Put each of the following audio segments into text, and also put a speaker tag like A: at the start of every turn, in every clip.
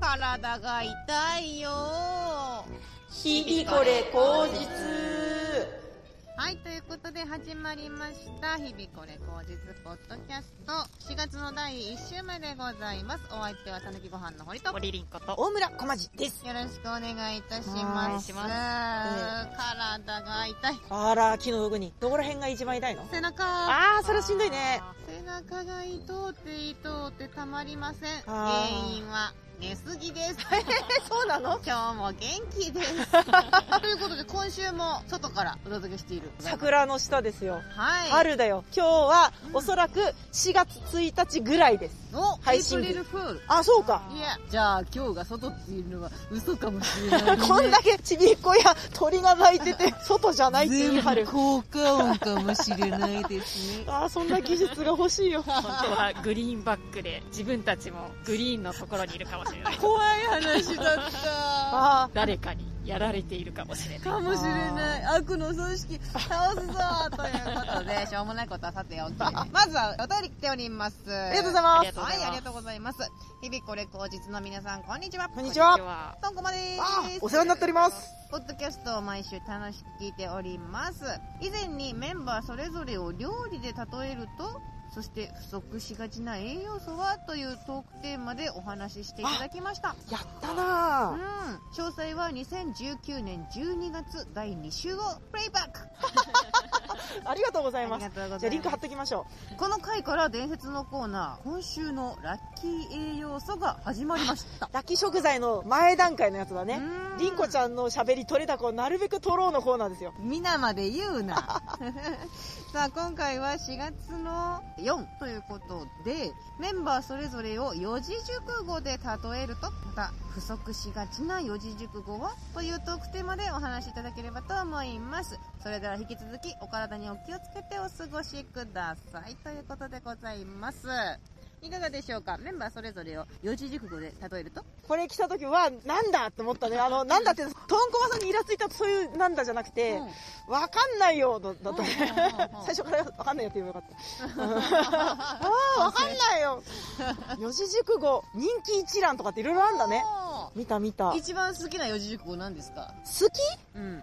A: 体が痛いよ
B: 日々これ口実
A: はいということで始まりました「日々これ口実ポッドキャスト」4月の第1週目でございますお相手はたぬきご飯の堀とよ
C: 森凛子と。
B: 大村小町です
A: ろしくお願いいたし
B: お願
A: ま
B: い
A: す
C: します
A: 体が痛い
B: あら気の毒にどこら辺が一番痛いの
A: 背中
B: あーそれしんどいね
A: 背中が痛うて痛うてたまりません原
B: あー
A: 因は寝すぎ です
B: そうなの
A: 今日も元気 ですということで今週も外からお届けしている
B: 桜の下ですよ
A: はい
B: 春だよ今日はおそらく4月1日ぐらいです
A: の
B: 配信
A: エイ
B: 日
A: プリルフール
B: あそうか
A: いやじゃあ今日が外っていうのは嘘かもしれない、ね、
B: こんだけちびっこや鳥が鳴いてて外じゃないって言い
A: 全
B: 張
A: 部
B: る
A: 効果音かもしれない ですね
B: あーそんな技術が欲しいよ
C: 本当はグリーンバックで、自分たちもグリーンのところにいるかもしれない。
A: 怖い話だ った
B: あ
C: 誰かにやられているかもしれない。
A: かもしれない悪の組織倒すぞということで しょうもないことはさておきまずはお便り来ております
B: ありがとうございま
C: あり
B: す
C: がとうございます
A: はいありがとうございます日々これ口実の皆さんこんにちは
B: こんにち
C: 今
B: は
C: 日は、
A: とんこまで
B: あー
A: す
B: お世話になっております
A: ポッドキャストを毎週楽しく聞いております以前にメンバーそれぞれを料理で例えるとそして不足しがちな栄養素はというトークテーマでお話ししていただきました
B: やったな
A: う
B: ー
A: ん、詳細は2019年12月第2週をプレイバック
B: ありがとうござ
A: あ
B: います
A: りがとうございます
B: じゃあリンク貼っておきましょ
A: この回から伝説のコーナー今週のラッキー栄養素が始まりました
B: うラッキー食材の前段階のやつだね
A: うん
B: りんこちゃんの喋り取れた子をなるべく取ろうのコーナーですよ
A: 皆まで言うな さあ今回は4月の4ということでメンバーそれぞれを四字熟語で例えるとまた不足しがちな四字熟語はというトークテーマでお話しいただければと思いますそれでは引き続きお体にお気をつけてお過ごしくださいということでございますいかがでしょうかメンバーそれぞれを四字熟語で例えると
B: これ来た時はなんだって思ったねあのなんだってとんこまさんにイラついたとそういうなんだじゃなくて、わかんないよだだったね
A: うんうんうんうん
B: 最初からわかんないよって言えばよかったうん ああわかんないよ四字熟語人気一覧とかっていろいろあんだね
A: お
B: 見た見
A: ー
B: た好き
A: 一番好きな四字熟語なんですかうん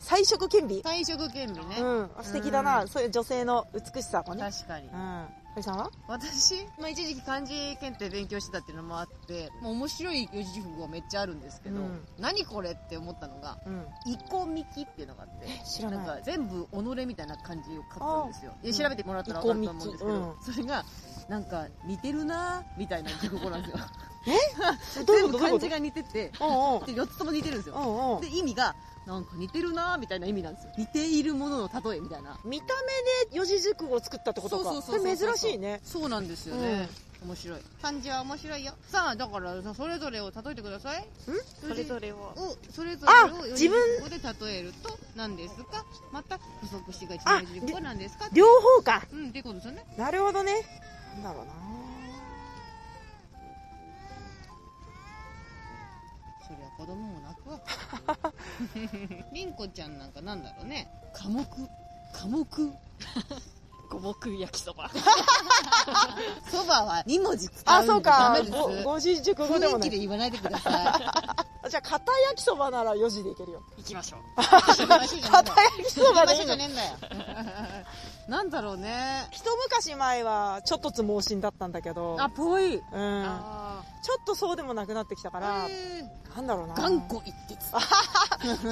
B: 菜食兼備
A: 退職権利ね、
B: うんあ素敵だな、
A: うん
B: そういう女性の美しさもね
A: 確かに、
B: うん堀さんは
A: 私、まあ、一時期漢字検定勉強してたっていうのもあってもう面白い四字熟語がめっちゃあるんですけど、
B: うん
A: 何これって思ったのが
B: うん
A: 「イコミキ」っていうのがあって
B: 知ら
A: なん
B: ない
A: か全部己みたいな感じを書くんですよで
B: うん
A: 調べてもらったら分かると思うんですけど、
B: イコミ
A: それがなんか似てるなーみたいな熟語なん ですよ
B: どういう
A: 全部
B: ことどういう
A: 漢
B: こと
A: 字が似てて
B: うんうん
A: で4つとも似てるんです
B: う
A: よ
B: んうん
A: で意味がなんか似てるなーみたいな意味なんですよ似ているものの例えみたいな
B: 見た目で四字熟語を作ったってことか
A: そうそうそう
B: こ
A: そ
B: れ
A: う
B: 珍しいね
A: そうなんですよね、面白い漢字は面白いよさあだからさそれぞれを例えてくださいん
C: それぞれを。
A: をそれぞ
B: あ
A: れを
B: 自分
A: 四字熟語で例えると何ですかまた不足しがちな
B: あ
A: 四字熟語は何ですか
B: 両方か
A: うんっていうことですよね
B: なるほどねなんだろうな
A: そりゃ子供も泣くわ りんこちゃんなんかなんだろうね科目科目
C: 五目焼きそば。
A: そばは2文字使
B: あ
A: う
B: そ
A: の
B: うか
A: ダメです
B: ご五字熟語でも
A: 雰囲
B: な
A: 気
B: い
A: で言わないでくだ さ
B: あじゃあ片焼きそばなら4時でいけるよ
C: 行きましょう。
A: い場所じゃねえんだ
B: 片
A: よ
B: 焼きそば
A: 場
B: でい
A: 所
B: い
A: じゃ
B: の
A: ねえんだよなんだろうね
B: 一昔前はちょっとつ盲信だったんだけど
A: あぽい
B: うん
C: あ
B: ちょっとそうでもなくなってきたから
A: えー
B: なんだろうな
A: 頑固一徹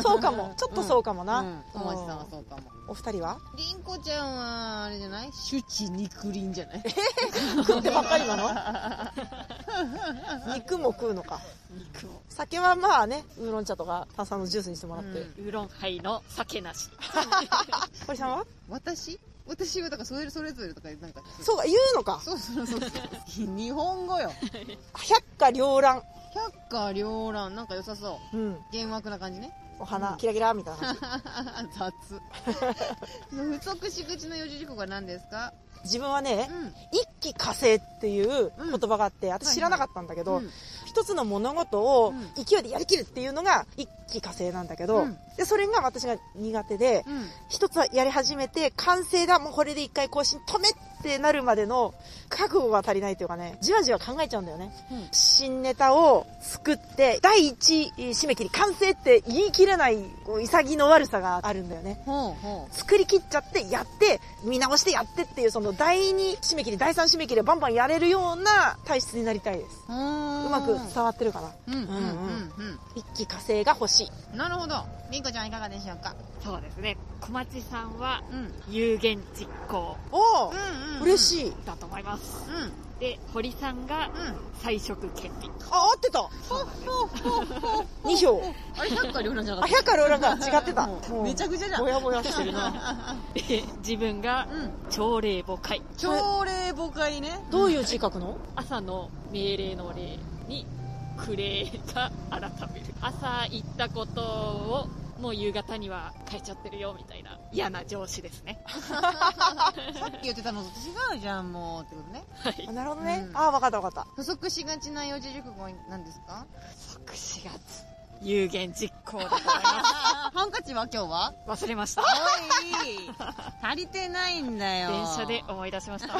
B: そうかもちょっとそうかもな、
A: うん小町さんはそうかも
B: お二人は
A: りんこちゃんはあれじゃない手地肉林じゃない
B: 食ってばっかり なの肉も食うのか
C: ー肉を。
B: 酒はまあねウーロン茶とか炭酸のジュースにしてもらって、
A: うん
C: ウーロンハイの酒なし。
B: 堀さんは
A: 私私はだからそれそれぞれとかなんか
B: そうか言うのか
A: そうそうそうそう日本語よ
B: 百花繚乱
A: 百花繚乱なんか良さそ
B: うん
A: う幻惑な感じね
B: お花、キラキラみたいな感じ
A: 雑不足し口の四字熟語は何ですか
B: 自分はね、
A: うん
B: 一気火星っていう言葉があって、私知らなかったんだけど、
A: うん
B: 一つの物事を
A: うん
B: 勢いでやりきるっていうのが一気火星なんだけど、
A: うん
B: で、それが私が苦手で、
A: うん。
B: 一つはやり始めて、完成だ、もうこれで一回更新止めってなるまでの覚悟が足りないというかね、じわじわ考えちゃうんだよね。
A: うん
B: 新ネタを作って、第一締め切り完成って言い切れない、こう、潔の悪さがあるんだよね。
A: ほうほ
B: 作り切っちゃって、やって、見直してやってっていう、その第二締め切り、第三締め切りをバンバンやれるような体質になりたいです。
A: う。うーん
B: うまく伝わってるかな。
A: うんうんうんうん
B: 一気火星が欲しい。
A: うん。なるほど。りんこちゃんいかがでしょうか
C: そうですね。小町さんは
A: うん。うん
C: 有言実行
B: おお、
A: うんうん。
B: 嬉
A: い。
B: しい。
C: だと思います。
A: うんうん。
C: で、堀さんが彩色検品。
B: あ、合っ てた
A: ほうほうほうほう。
B: !2 票。
A: あれ、百回両なんじゃ
B: あ、百から裏が違ってた。
A: もうめちゃくちゃじゃん
B: ぼやぼやして るな。
C: で、 自分が
A: うん。
C: 朝礼母会。
A: 朝礼母会ね。
B: どう
A: う
B: いう字書くの
C: 朝の命令の礼に、クレーが改める。朝言ったことを、もう夕方には変えちゃってるよ、みたいな嫌な上司ですね。
A: さっき言ってたのと違うじゃん、もう。ってことね。
C: はい
B: あ。なるほどね。
A: うん
B: ああ、わかったわかっ
A: 不足しがちな四字熟語なんですか
C: 即4月、有言実行でござい ま
A: ハンカチは今日は
C: す。忘れました。
A: おい足りてないんだよ。
C: 電車で思い出しました。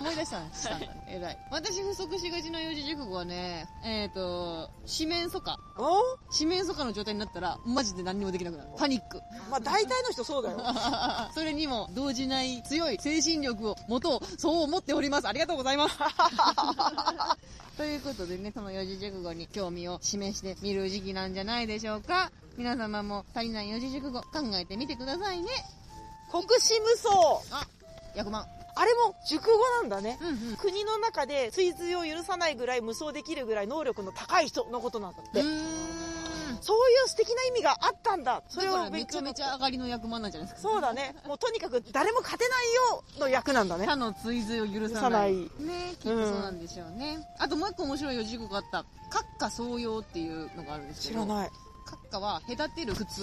A: 思い出したんしたんだね。偉い。私不足しがちの四字熟語はね、えっ、ー、と、四面楚歌。
B: た。お
A: 四面楚歌の状態になったら、マジで何にもできなくなる。パニック。
B: まあ大体の人そうだよ。
A: それにも動じない強い精神力を持とう、そう思っております。ありがとうございます。 ということでね、その四字熟語に興味を示してみる時期なんじゃないでしょうか。皆様も足りない四字熟語考えてみてくださいね。
B: 国士無双。
A: あ、役満。
B: あれも熟語なんだね。
A: うんうん。
B: 国の中で追随を許さないぐらい無双できるぐらい能力の高い人のことなんだって。
A: うーん。
B: そういう素敵な意味があったんだ。
A: そ
B: そ
A: れ
B: れ
A: は
B: を
A: め
B: 勉
A: ちゃ
B: 強
A: めちゃ上がりの役満なんじゃないですか。
B: そうだね。もうとにかく誰も勝てないよの役なんだね。
A: 他の追随を許さ
B: さ
A: な。
B: ないい
A: ねきっとそうなんでしょうね。あともう一個面白い四字熟語があった。閣下総用っていうのがあるんです
B: 知
A: けど。
B: らない。
A: 閣下は隔てる靴。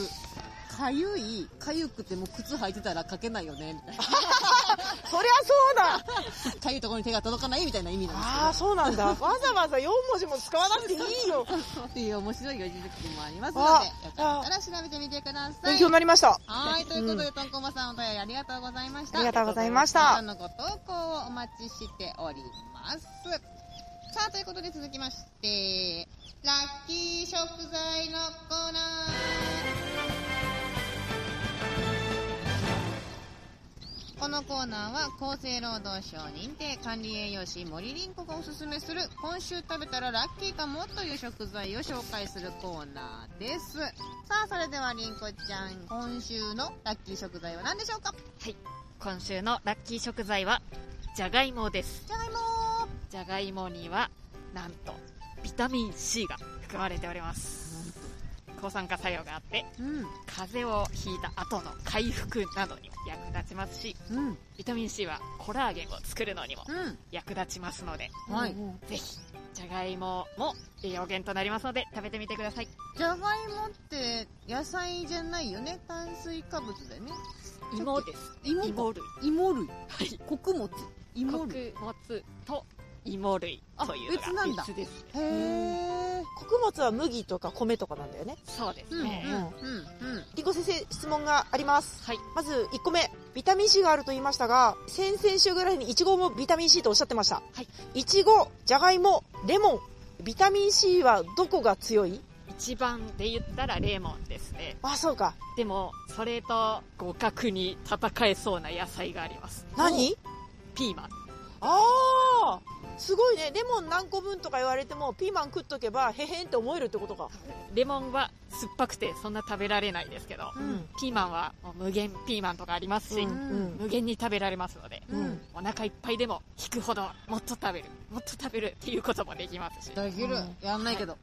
A: かゆい、かゆくても靴履いてたらかけないよね、みたい な。
B: そりゃそうだ
A: かゆいところに手が届かないみたいな意味な
B: あ
A: ん
B: あ、
A: です
B: そうなんだ。わざわざ4文字も使わなくていいよ。
A: けど。っていう面白い四字熟語もありますの
B: あ
A: で、よかったら調べてみてくださ
B: 勉
A: い
B: 強。になりました。
A: はい、ということで、とんこまさんお便りありがとうございました。
B: ありがとうございまし
A: 皆
B: た
A: さんのご投稿をお待ちしております。さあ、ということで続きまして、ラッキー食材のコーナー。このコーナーは厚生労働省認定管理栄養士森林子がおすすめする今週食べたらラッキーかもという食材を紹介するコーナーです。さあ、それではりんこちゃん、今週のラッキー食材は何でしょうか
C: 今週のラッキー食材は、じゃがいもです。
A: じゃがいも
C: じゃがいもには、なんと、ビタミン C が含まれております。抗酸化作用があって、
A: うん、
C: 風邪をひいた後の回復などに役立ちますし、
A: うん、
C: ビタミン C はコラーゲンを作るのにも
A: うん。
C: 役立ちますので、
A: はい。
C: ぜひ、じゃがいもも栄養源となりますので、食べてみてください。
A: じゃがいもって野菜じゃないよね。炭水化物だよね。
C: 芋です。
A: 芋か
C: 芋類。
A: 芋類。
C: はい。
A: 穀物。芋類。
C: 穀物と芋類というの
A: あ別な
C: が
A: んだ
C: 別です。
A: へー。
B: 穀物は麦とか米とかなんだよね。
C: そうで
A: うん、う
C: す
A: ん、
C: ね。
A: うん、うん。
B: りんご先生、質問があります。
C: はい。
B: まず1個目、ビタミン C があると言いましたが、先々週ぐらいにイチゴもビタミン C とおっしゃってました。
C: はい。
B: イチゴ、じゃがいも、レモン、ビタミン C はどこが強い
C: 一番で言ったらレモンですね。
B: あ、そうか。
C: でも、それと互角に戦えそうな野菜があります。
B: 何
C: ピーマン。
B: ああすごいね。レモン何個分とか言われても、ピーマン食っとけば、へへんって思えるってことか。
C: レモンは酸っぱくてそんな食べられないですけど、
A: うん
C: ピーマンはもう無限ピーマンとかありますし、
B: うんん。
C: 無限に食べられますので、
B: うん。
A: うん
C: お腹いっぱいでも引くほどもっと食べる、もっと食べるっていうこともできますし、
A: できる。やんないけど。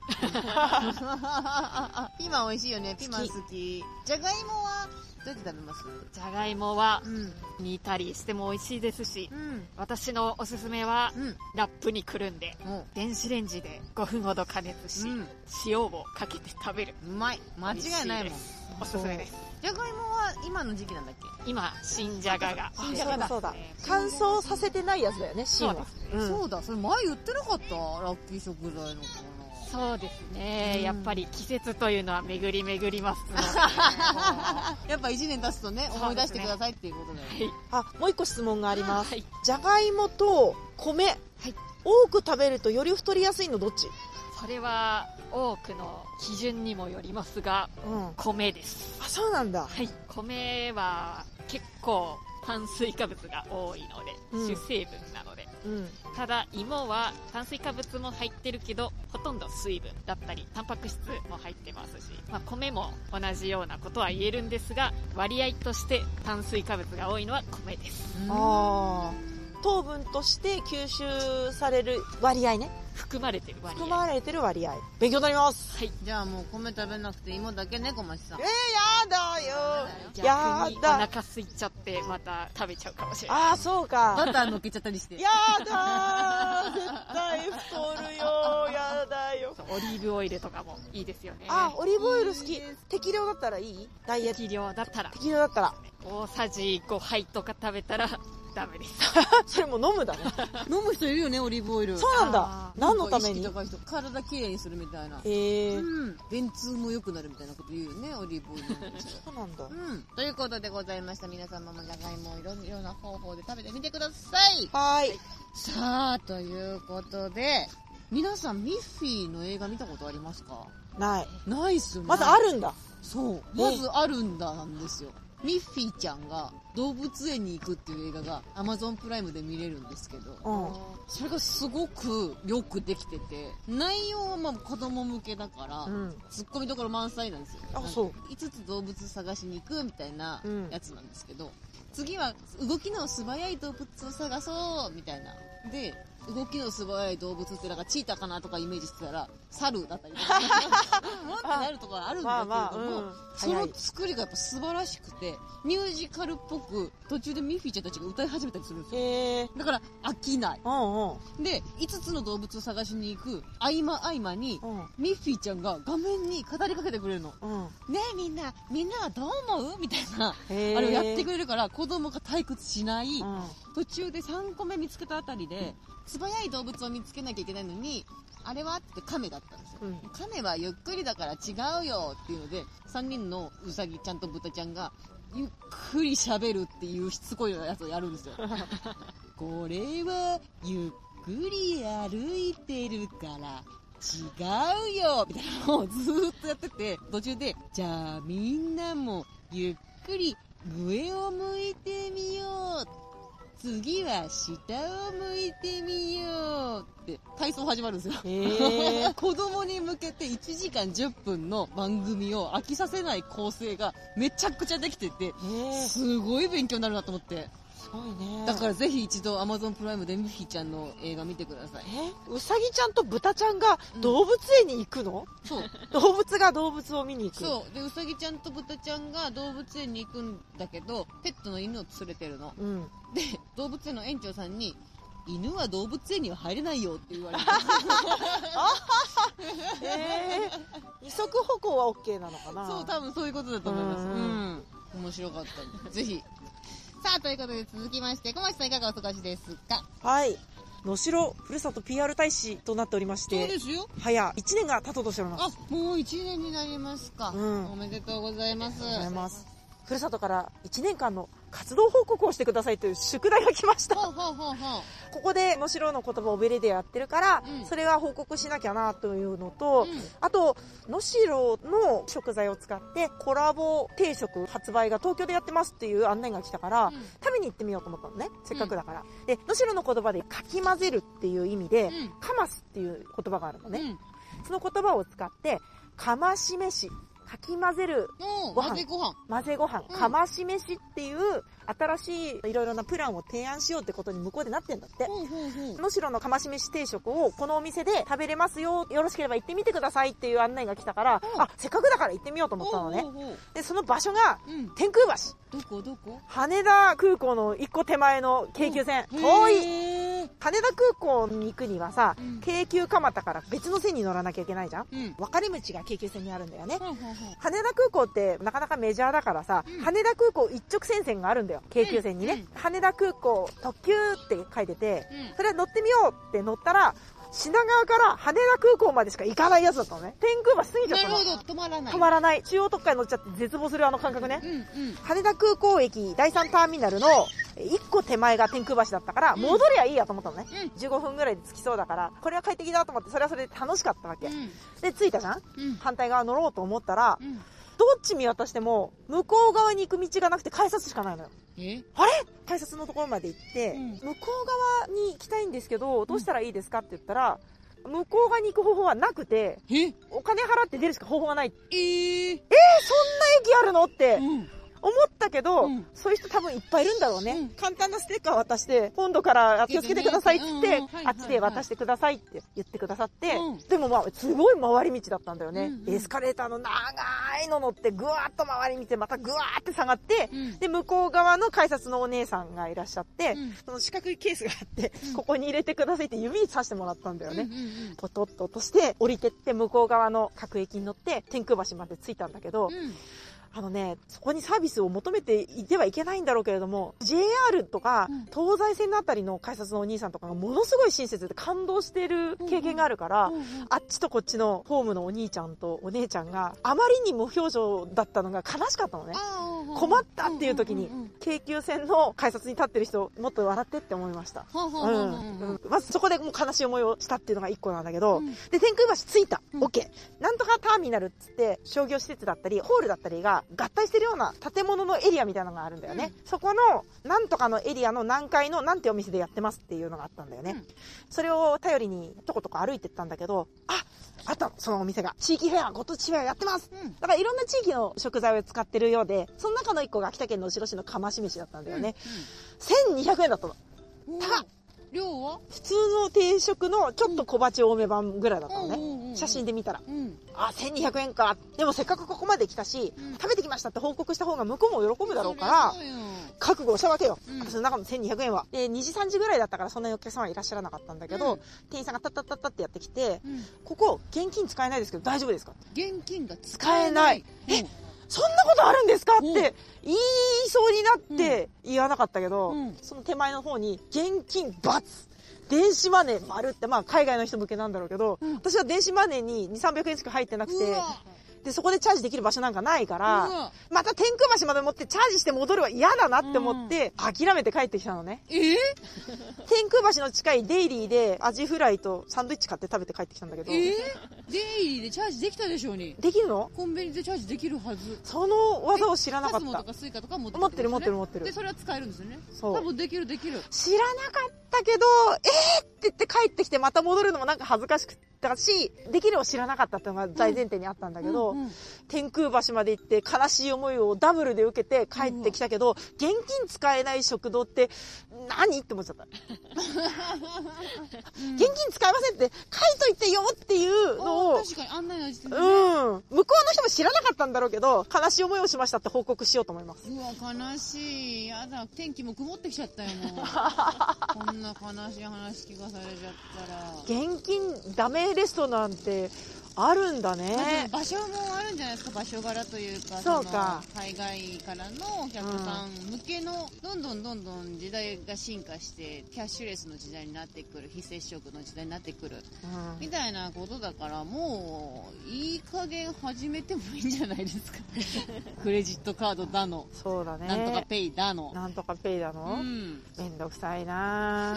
A: ピーマン美味しいよね。ピーマン好き。じゃがいもはどうやって食べます
C: じゃがいもは
A: うん。
C: 煮たりしても美味しいですし、
A: うん。
C: 私のおすすめは
A: うん。
C: ラップにくるんで、
A: も
C: 電子レンジで5分ほど加熱
A: う。
C: し、
A: うん。
C: 塩をかけて食べる。
A: うまい。間違いないもん。
C: 美味しですおすすめです。
A: じゃがいもは今の時期なんだっけ
C: 今、新じゃがが。
A: 新じゃがだ
B: そうだ
C: えー
B: 乾燥させてないやつだよね、芯
C: そうで
B: は。
C: すね。
B: うん
A: そうだ、それ前言ってなかったラッキー食材のコーナー。
C: そうですね、
A: うん
C: やっぱり季節というのは巡り巡ります ので
A: やっぱ1年経つとね、
C: そうですね
A: 思い出してくださいっていうことだよね。
B: あもう一個質問があります、
C: はい
B: じゃがいもと米、
C: い
B: 多く食べるとより太りやすいのどっち、
C: それは多くの基準にもよりますが
B: うん、あ
C: 米です
B: そうなんだ
C: はい米は結構炭水化物が多いので、
B: うん
C: 主成分なので
B: うん
C: ただ芋は炭水化物も入ってるけどほとんど水分だったりタンパク質も入ってますし、まあ、米も同じようなことは言えるんですが割合として炭水化物が多いのは米です
B: あー糖分として吸収される割合ね
C: 含まれてる割合
B: 含まれてる割合勉強になります
C: はい
A: じゃあもう米食べなくて芋だけね、小町さん
B: え。ー、やだよや
C: 逆にお
B: だ
C: 腹空いちゃってまた食べちゃうかもしれない
B: ああそうか
A: バター乗っけちゃったりして。
B: やだー絶対太るよやだよ
C: そうオリーブオイルとかもいいですよね
B: あオリーブオイル好
A: い
B: き
A: いです
B: 適量だったらいいダイエット
C: 適量だったら
B: 適量だったら
C: 大さじ5杯とか食べたら ダメです
B: あそれもう飲む だね
A: 飲む人いるよね、オリーブオイル。
B: そうなんだ
C: あー
B: 何のため
A: 意
B: に
A: 識高い人体きれいにするみたいな。
B: へえ
A: うん。便通も良くなるみたいなこと言うよね、オリーブオイル飲んでたら
B: そうなんだ
A: うん。 ということでございました。皆様もじゃがいもをいろいろな方法で食べてみてください。
B: はーい
A: さあ、ということで、皆さん、ミッフィーの映画見たことありますか
B: ない
A: ないっすよね。
B: まずあるんだ
A: そう。まずあるんだなんですよ。ミッフィーちゃんが動物園に行くっていう映画が Amazon プライムで見れるんですけど、
B: うん
A: それがすごくよくできてて、内容はまあ子供向けだから、
B: うん
A: ツッコミどころ満載なんですよ。
B: あそう
A: 5つ動物探しに行くみたいな
B: うん
A: やつなんですけど、次は動きの素早い動物を探そうみたいな。で、動きの素早い動物ってなんかチーターかなとかイメージしてたら、猿だったりと か、もってなるところあるん
B: まあ
A: だ
B: ま
A: け
B: あ
A: れども、
B: うん
A: そ
B: 早
A: の
B: い
A: 作りがやっぱ素晴らしくて、ミュージカルっぽく途中でミッフィーちゃんたちが歌い始めたりするんですよ。
B: へえ
A: だから飽きない。
B: うんうん
A: で、5つの動物を探しに行く合間合間に、
B: うん
A: ミッフィーちゃんが画面に語りかけてくれるの。
B: うん
A: ねえみんな、みんなはどう思うみたいな。
B: へえ
A: あれをやってくれるから子供が退屈しない。
B: うん
A: 途中で3個目見つけたあたりで、素早い動物を見つけなきゃいけないのに、あれはって亀だったんですよ。
B: うん
A: 亀はゆっくりだから違うよっていうので、3人のウサギちゃんとブタちゃんが、ゆっくり喋るっていうしつこいやつをやるんですよ。これは、ゆっくり歩いてるから、違うよみたいなのをずーっとやってて、途中で、じゃあみんなも、ゆっくり上を向いてみよう次は下を向いてみようって体操始まるんですよ。
B: へえ
A: 子供に向けて1時間10分の番組を飽きさせない構成がめちゃくちゃできてて、
B: へえす
A: すごい勉強になるなと思って。
B: ごいね
A: だからぜひ一度 Amazon プライムでミッフィーちゃんの映画見てください。
B: えうさぎちゃんとブタちゃんが動物園に行くの、
A: そう。
B: 動物が動物を見に行く
A: そう。で、うさぎちゃんとブタちゃんが動物園に行くんだけど、ペットの犬を連れてるの。
B: う、うん、
A: で、動物園の園長さんに、犬は動物園には入れないよって言われて。
B: えー、二足歩行は OK なのかな
A: そう、多分そういうことだと思います。う
B: うん
A: ん。面白かったんで、ぜひ。さあ、ということで続きまして、小町さんいかがお過ごしですか
B: はい能代ふるさと PR 大使となっておりまし
A: そう
B: て
A: ですよ。
B: 早1年が経とうとしております
A: あ、もう1年になりますか。
B: うん
A: おめでとうございます。
B: ありがとうございますふるさとから1年間の活動報告をしてくださいという宿題が来ました
A: ほうほうほうほう。
B: ここで能代の言葉をベレでやってるから、
A: うん
B: それは報告しなきゃなというのと、
A: うん
B: あと、能代の食材を使ってコラボ定食発売が東京でやってますっていう案内が来たから、
A: うん
B: 食べに行ってみようと思ったのね。せっかくだから。で、能代の言葉でかき混ぜるっていう意味で、
A: うん
B: かますっていう言葉があるの
A: う
B: ね。
A: ん。
B: その言葉を使って、かまし飯、かき混ぜる、
A: おー、
B: ご飯
A: 混ぜご飯。
B: 混ぜご飯、
A: うん
B: かまし飯っていう新しいいろいろなプランを提案しようってことに向こうでなってんだって。
A: ほうほうほう。
B: 能代の釜し飯定食をこのお店で食べれますよ、よろしければ行ってみてくださいっていう案内が来たから、
A: うん
B: あ、せっかくだから行ってみようと思ったの
A: ほう
B: ね
A: ほ。うほう。
B: で、その場所が、
A: うん。
B: 天空橋。
A: どこどこ
B: 羽田空港の一個手前の京急線。遠い
A: へー
B: 羽田空港に行くにはさ、
A: うん
B: 京急蒲田から別の線に乗らなきゃいけないじゃん
A: うん。
B: 分かれ道が京急線にあるんだよね。
A: ほうほうほう。
B: 羽田空港ってなかなかメジャーだからさ、
A: うん
B: 羽田空港一直線線があるんだよ。京急線にね。
A: うんうん
B: 羽田空港特急って書いてて、
A: うん。
B: それ乗ってみようって乗ったら、品川から羽田空港までしか行かないやつだったのね。天空橋過ぎちゃっ
A: な
B: た
A: る
B: の
A: ほ。ど、止まらない。
B: 止まらない。中央特快乗っちゃって絶望するあの感覚ね。
A: うんうん。
B: 羽田空港駅第3ターミナルの1個手前が天空橋だったから、
A: うん
B: 戻りゃいいやと思ったのね。
A: う
B: 15分ぐらいで着きそうだから、これは快適だと思って、それはそれで楽しかったわけ。で、着いたじゃん
A: うん。うん。
B: 反対側乗ろうと思ったら、
A: うん。
B: どっち見渡しても、向こう側に行く道がなくて改札しかないのよ。
A: え
B: 改札のところまで行って、
A: うん
B: 向こう側に行きたいんですけど、どうしたらいいですかって言ったら、向こう側に行く方法はなくて、
A: え
B: お金払って出るしか方法がない。
A: えー、
B: 駅あるのって
A: うん。
B: 思ったけど、
A: うん
B: そういう人多分いっぱいいるんだろうね。
A: うん
B: 簡単なステッカー渡して、今度からあ気をつけてくださいって言って、
A: うんうんはいはいはい
B: あっちで渡してくださいって言ってくださって、
A: うん
B: でもまあ、すごい回り道だったんだよね。
A: うんうん
B: エスカレーターの長いの乗って、ぐわっと回り道、またぐわーって下がって、
A: うん。
B: で、向こう側の改札のお姉さんがいらっしゃって、
A: うん
B: その四角いケースがあって、
A: うん
B: ここに入れてくださいって指に刺してもらったんだよ
A: う
B: ね。
A: んうんうん
B: ポトッと落として、降りてって、向こう側の各駅に乗って、天空橋まで着いたんだけど、
A: うん
B: あのね、そこにサービスを求めていてはいけないんだろうけれども、JR とか
A: うん、
B: 東西線のあたりの改札のお兄さんとかがものすごい親切で感動してる経験があるから、あっちとこっちのホームのお兄ちゃんとお姉ちゃんがあまりに無表情だったのが悲しかったのね。困
A: 困
B: ったっていう時に京急線の改札に立ってる人もっと笑ってって思いました、
A: ほうほう
B: う
A: ほうんほう
B: うんまずそこでもう悲しい思いをしたっていうのが一個なんだけど、
A: うん
B: で天空橋着いた、
A: うん
B: OK なんとかターミナルっつって商業施設だったりホールだったりが合体してるような建物のエリアみたいなのがあるんだよね、そこのなんとかのエリアの何階のなんてお店でやってますっていうのがあったんだよね、
A: うん
B: それを頼りにとことこ歩いてったんだけどああったのそのお店が地域フェアご当地フェアやってます
A: うん
B: だからいろんな地域の食材を使ってるようで、その中の一個が秋田県の後ろ市の釜し飯だったんだよね。1200円だったの。
A: うんうん
B: 高っ
A: 量は
B: 普通の定食のちょっと小鉢多め版ぐらいだったの
A: うんうんうんう
B: ね。
A: ん
B: 写真で見たら。
A: うん
B: あ、1200円か。でもせっかくここまで来たし
A: うん、
B: 食べてきましたって報告した方が向こうも喜ぶだろうから
A: そ、りゃそう
B: 覚悟したわけよ。
A: うん
B: 私の中の1200円は。で、2時3時ぐらいだったからそんなにお客様はいらっしゃらなかったんだけど、
A: うん
B: 店員さんがタッタッタッタってやってきて、
A: ようん
B: ここ現金使えないですけど大丈夫ですか
A: 現金が使
B: 使え
A: え
B: な
A: ないい。
B: えそんなことあるんですかっ
A: うん
B: て言いそうになって言わなかったけど、
A: うん
B: その手前の方に現金×電子マネー丸って、まあ海外の人向けなんだろうけど、
A: うん
B: 私は電子マネーに2、300円しか入ってなく
A: う
B: て、
A: わ
B: で、そこでチャージできる場所なんかないか
A: う
B: ら、
A: わ
B: また天空橋まで持ってチャージして戻るは嫌だなって思って、諦めて帰ってきたのね。
A: ええ
B: 天空橋の近いデイリーでアジフライとサンドイッチ買って食べて帰ってきたんだけど、
A: えデイリーでチャージできたでしょうに
B: できるの
A: コンベニでチャージできるはず
B: その技を知らなか
A: パ
B: っ
A: スモ
B: た
A: と。かスイカとか持って
B: 持ってる持ってる
A: こ
B: 持って
A: と
B: る
A: ですねで。それは使えるんですよね
B: そう
A: 多。分できるできる
B: 知らなかったけど、えーって言って帰ってきてまた戻るのもなんか恥ずかしくったし、できるを知らなかったっていうのが大前提にあったんだけど、
A: うんうん
B: 天空橋まで行って悲しい思いをダブルで受けて帰ってきたけど、現金使えない食堂って何って思っちゃった。現金使えませんって書いといてよっていうの
A: あ
B: を
A: ー、確かに案内の時点で
B: う
A: ね
B: ん。向こうの人も知らなかったんだろうけど、悲しい思いをしましたって報告しようと思います。
A: うわ、悲しい。やだ、天気も曇ってきちゃったよ、も う。こんな悲しい話聞かされちゃったら。
B: 現金ダメレストなんてあるんだ
A: まあでも
B: ね。
A: 場所もあるんじゃないですか、場所柄というか、
B: そうか
A: その海外からのお客さん向けの、どんどんどんどん時代が進化して、キャッシュレスの時代になってくる、非接触の時代になってくる、
B: うん
A: みたいなことだから、もう、いい加減始めてもいいんじゃないですか。 クレジットカードだの、
B: そうだね。
A: なんとかペイだの。
B: なんとかペイだ
A: う
B: の、
A: ん。
B: めんどくさいな あ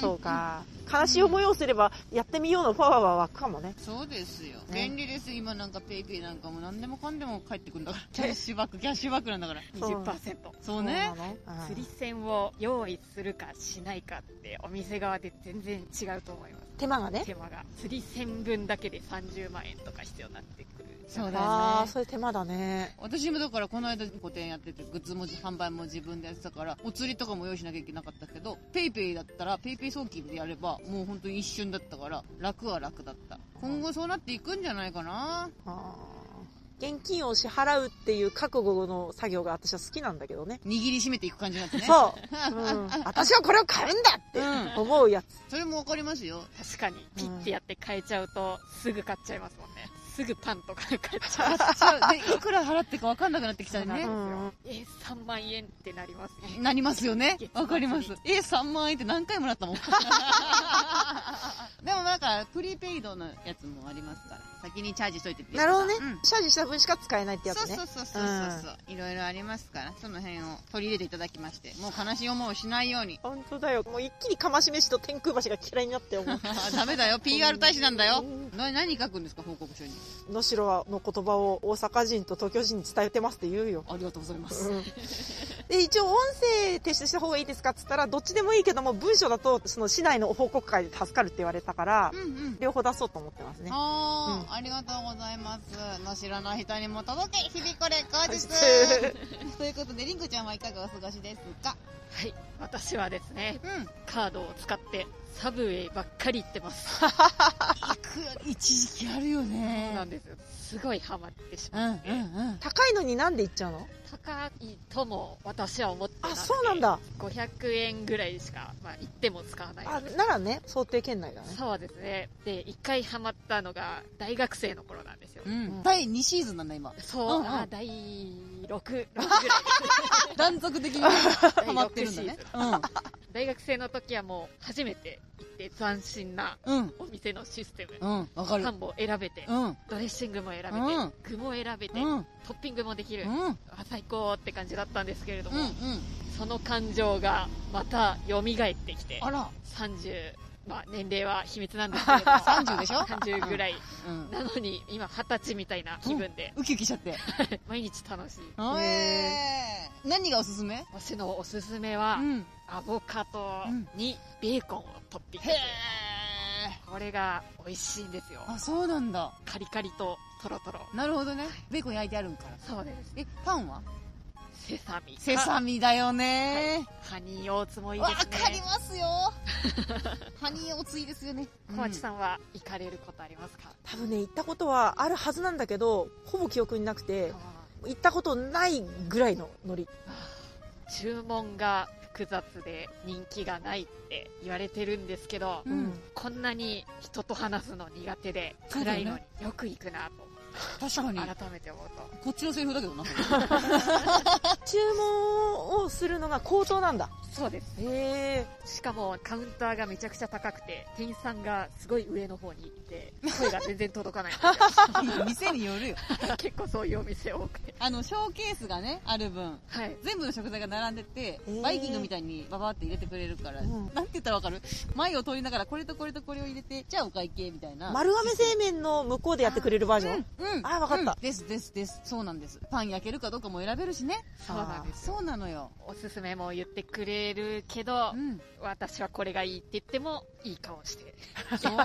B: そうか。悲しい思いをすれば、やってみようのパワーは湧くかもね。
A: そうですよ。
B: ね
A: 便利です。今なんかペイペイなんかも何でもかんでも返ってくるんだから。キャッシュバック、キャッシュバックなんだから。
B: そう
C: 20%
A: そうね
B: そう。なのうん
C: 釣り線を用意するかしないかってお店側で全然違うと思いま
B: 手間がね
C: す。手間が釣り線分だけで30万円とか必要になってくる
A: そうだよね
B: ああ、そういう手間だね。
A: 私もだからこの間個展やっててグッズも販売も自分でやってたからお釣りとかも用意しなきゃいけなかったけどペイペイだったらペイペイ送金でやればもう本当に一瞬だったから楽は楽だった今後そうなっていくんじゃないかな
B: あー現金を支払うっていう覚悟の作業が私は好きなんだけどね。
A: 握りしめていく感じになってね
B: そう、うん。私はこれを買うんだって思うやつ。
A: それもわかりますよ
C: 確かにピッてやって変えちゃうとすぐ買っちゃいますもんねすぐパンとか買っちゃ
A: 買
C: う
A: っちゃうでいくら払ってか分かんなくなってきちゃうね
C: そう
B: うん
C: えー3万円ってなりますね
A: なりますよね
C: 月末に
A: わかりますえ3万円って何回もら ったもんでもなんかプリペイドのやつもありますから先にチャージしといてっていう
B: な
A: か
B: るほどね、
A: うん
B: チャージした分しか使えないってやつね
A: そうそうそうそうそうそう、いろいろありますからその辺を取り入れていただきましてもう悲しい思いをしないように
B: 本当だよもう一気に釜飯と天空橋が嫌いになって思う
A: ダメだよ PR 大使なんだよ
B: う
A: な何書くんですか報告書に
B: 能代はの言葉を大阪人と東京人に伝えてますって言うよ、
A: ありがとうございま
B: うん、で一応音声提出した方がいいですかっつったらどっちでもいいけども文章だとその市内の報告会で助かるって言われたから
A: うんうん
B: 両方出そうと思ってますね
A: あー、
B: う
A: ありがとうございます。のしろの人にも届け、日々これ後日 ということで、りんこちゃんはいかがお過ごしですか
C: はい私はですね
A: うん。
C: カードを使ってサブウェイばっかり行ってます
A: 行く、一時期あるよね
C: なんですよすごいハマってし
A: うん、う
C: ま
A: ん、う
C: って、
A: ん。
B: 高いのになんで行っちゃうの
C: 高いとも私は思ってなく
B: あ
C: て
B: そうなんだ
C: 500円ぐらいしか、まあ、行っても使わない
B: あならね想定圏内だね
C: そうですねで一回ハマったのが大学生の頃なんですよ、
A: うん、第2シーズンなんだ、今。
C: そう、
A: うんうん
C: あ第6 6ぐらい
A: 断続的に
C: 第
A: ハマって
C: 6
A: るん
C: シ
A: だ
C: ーズン
A: ね。う、
C: 大学生の時はもう初めて行って斬新なん
A: うん、
C: お店のシステム、
A: うん、わかる
C: パ。ンも選べて、
A: うん、うん、
C: ドレッシングも選べて、
A: うん
C: 具も選べて、
A: うん、うん、
C: トッピングもできる、
A: うん、
C: あ最高って感じだったんですけれども、
A: うん。
C: その感情がまた蘇ってきて
A: あら、
C: 30まあ年齢は秘密なんですけれ ども
A: 30でしょ
C: 30ぐらい
A: うん。
C: なのに今二十歳みたいな気分で
A: ウキウキしちゃって。
C: 毎日楽しい
A: えー。何がおすすめ
C: 私のおすすめは
A: ん。
C: アボカドにベーコンをトッピング
A: へー。
C: これが美味しいんですよ
A: あ、そうなんだ。
C: カリカリとトロトロ
A: なるほどね。ベーコン焼いてあるんから。
C: そうです
A: え、パンは
C: セサミ
A: セサ
C: ミ
A: ミだよね
C: ハニーオーツもいい
A: わ、
C: です
A: かり
C: ね
A: ますよハニーおついですよね。
C: 小町さんは行かれることありますか
B: 多分ね行ったことはあるはずなんだけどほぼ記憶になくて行ったことないぐらいのノリ
C: 注文が複雑で人気がないって言われてるんですけど、
A: うん
C: こんなに人と話すの苦手で辛いのによく行くなと
A: 確かに
C: 改。めて思うと
A: こっちのセリフだけど な。
B: 注文をするのが口頭なんだ
C: そうです
B: へえ
C: しかもカウンターがめちゃくちゃ高くて店員さんがすごい上の方に行って声が全然届かないんですよ
A: 店によるよ。
C: 結構そういうお店多くて
A: あの、ショーケースがね、ある分。
C: はい
A: 全部の食材が並んでて
B: へー、
A: バイキングみたいにババーって入れてくれるから、
B: うん
A: なんて言ったらわかる前を通りながらこれとこれとこれを入れて、じゃあお会計みたいな。
B: 丸亀製麺の向こうでやってくれるバージョン
A: うん、うん。
B: あーわかった
A: うんです、です、です。そうなんです。パン焼けるかどうかも選べるしね。
C: そうなんです
A: そうなのよ。
C: おすすめも言ってくれるけど、
A: うん。
C: 私はこれがいいって言ってもいい顔して
A: そうよ。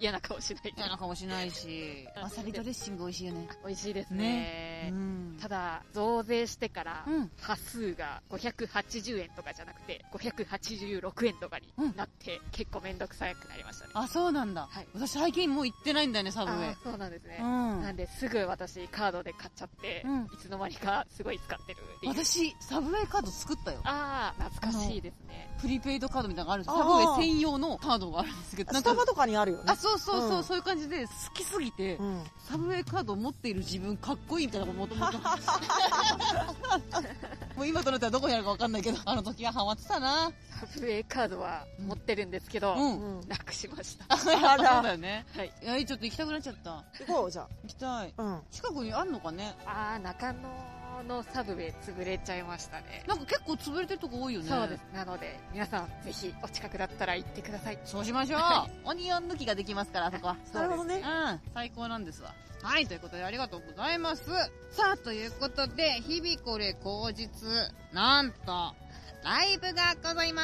C: 嫌な顔しない
A: 嫌な顔しないし、わさびドレッシング美味しいよね。
C: 美味しいですね
A: うん
C: ただ増税してから
A: うん
C: 端数が580円とかじゃなくて586円とかになって結構面倒くさくなりましたね、
A: あ、そうなんだ。
C: はい
A: 私最近もう行ってないんだよね、サブウェイ
C: あ。そうなんですね、
A: うん
C: なんですぐ私カードで買っちゃって、
A: うん
C: いつの間にかすごい使ってるっていう
A: 私、サブウェイカード作ったよ。
C: ああ懐かしいですね
A: プリペイドカードみたいなのがあるんです
B: あー
A: サブウェイ専用のカードがあるんですけど、な
B: ス
A: んか
B: タ、バとかにあるよね
A: あ、そうそうそう、
B: うん
A: そういう感じで、好きすぎて、
B: うん
A: サブウェイカードを持っている自分かっこいいみたいなのがもともと。 もう今となってはどこにあるかわかんないけど、あの時はハマってたな。
C: サブウェイカードは持ってるんですけど、
A: う。
B: うんん
C: なくしました
A: あら。そうだよね。
C: はい
A: いや、ちょっと行きたくなっちゃった。
B: 行こうじゃ
A: 行きたい。
B: あうん
A: 近くにあんのかね
C: ああ中野のサブウェイ潰れちゃいましたね
A: なんか結構潰れてるとこ多いよね。
C: そうです。なので、皆さん、ぜひ、お近くだったら行ってください。
A: そうしましょう
C: は。
A: オニオン抜きができますから、あそこは。
B: なるほど
A: う
B: ね
A: ん、最高なんですわ。はい、ということでありがとうございます。さあ、ということで、日々これ後日、なんと、ライブがございま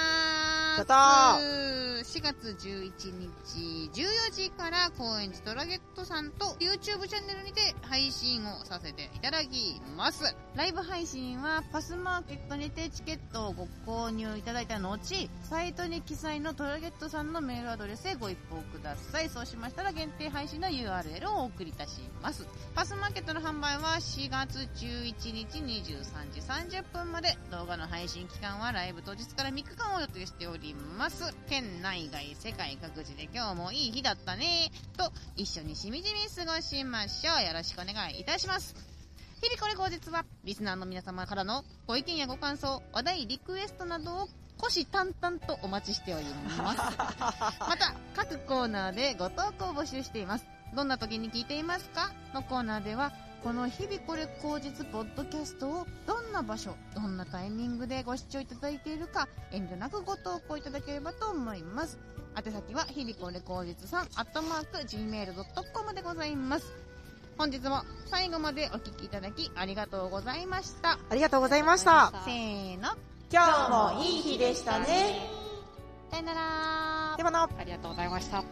A: す。
B: やったー
A: 4月11日14時から高円寺ドラゲットさんと YouTube チャンネルにて配信をさせていただきます。ライブ配信はパスマーケットにてチケットをご購入いただいた後、サイトに記載のドラゲットさんのメールアドレスへご一報ください。そうしましたら限定配信の URL をお送りいたします。パスマーケットの販売は4月11日23時30分まで動画の配信期間ははライブ当日から3日間を予定しております県内外世界各地で今日もいい日だったねと一緒にしみじみ過ごしましょうよろしくお願いいたします日々これ後日はリスナーの皆様からのご意見やご感想話題リクエストなどを虎視眈々とお待ちしておりますまた各コーナーでご投稿を募集していますどんな時に聞いていますかのコーナーではこの日々これ口実ポッドキャストをどんな場所、どんなタイミングでご視聴いただいているか遠慮なくご投稿いただければと思います。宛先は日々これ口実さん、アットマーク、gmail.com でございます。本日も最後までお聞きいただきありがとうございました。
B: ありがとうございました。
A: せーの、
B: 今日もいい日でしたね。
A: さよなら
B: ではな。
C: ありがとうございました。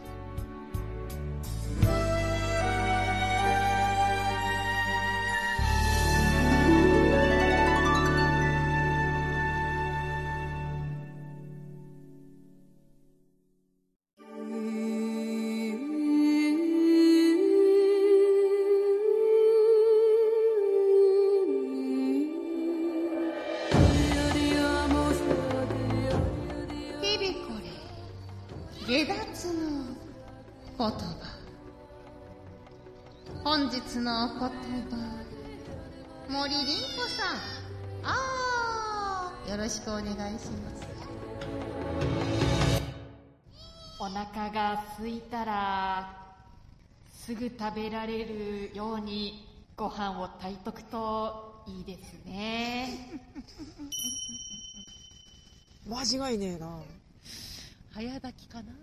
A: 日々これ下脱の言葉本日のお言葉森凛子さんあーよろしくお願いします
C: お腹が空いたらすぐ食べられるようにご飯を炊いとくといいですね
B: 間違いねえな。
A: 早炊きかな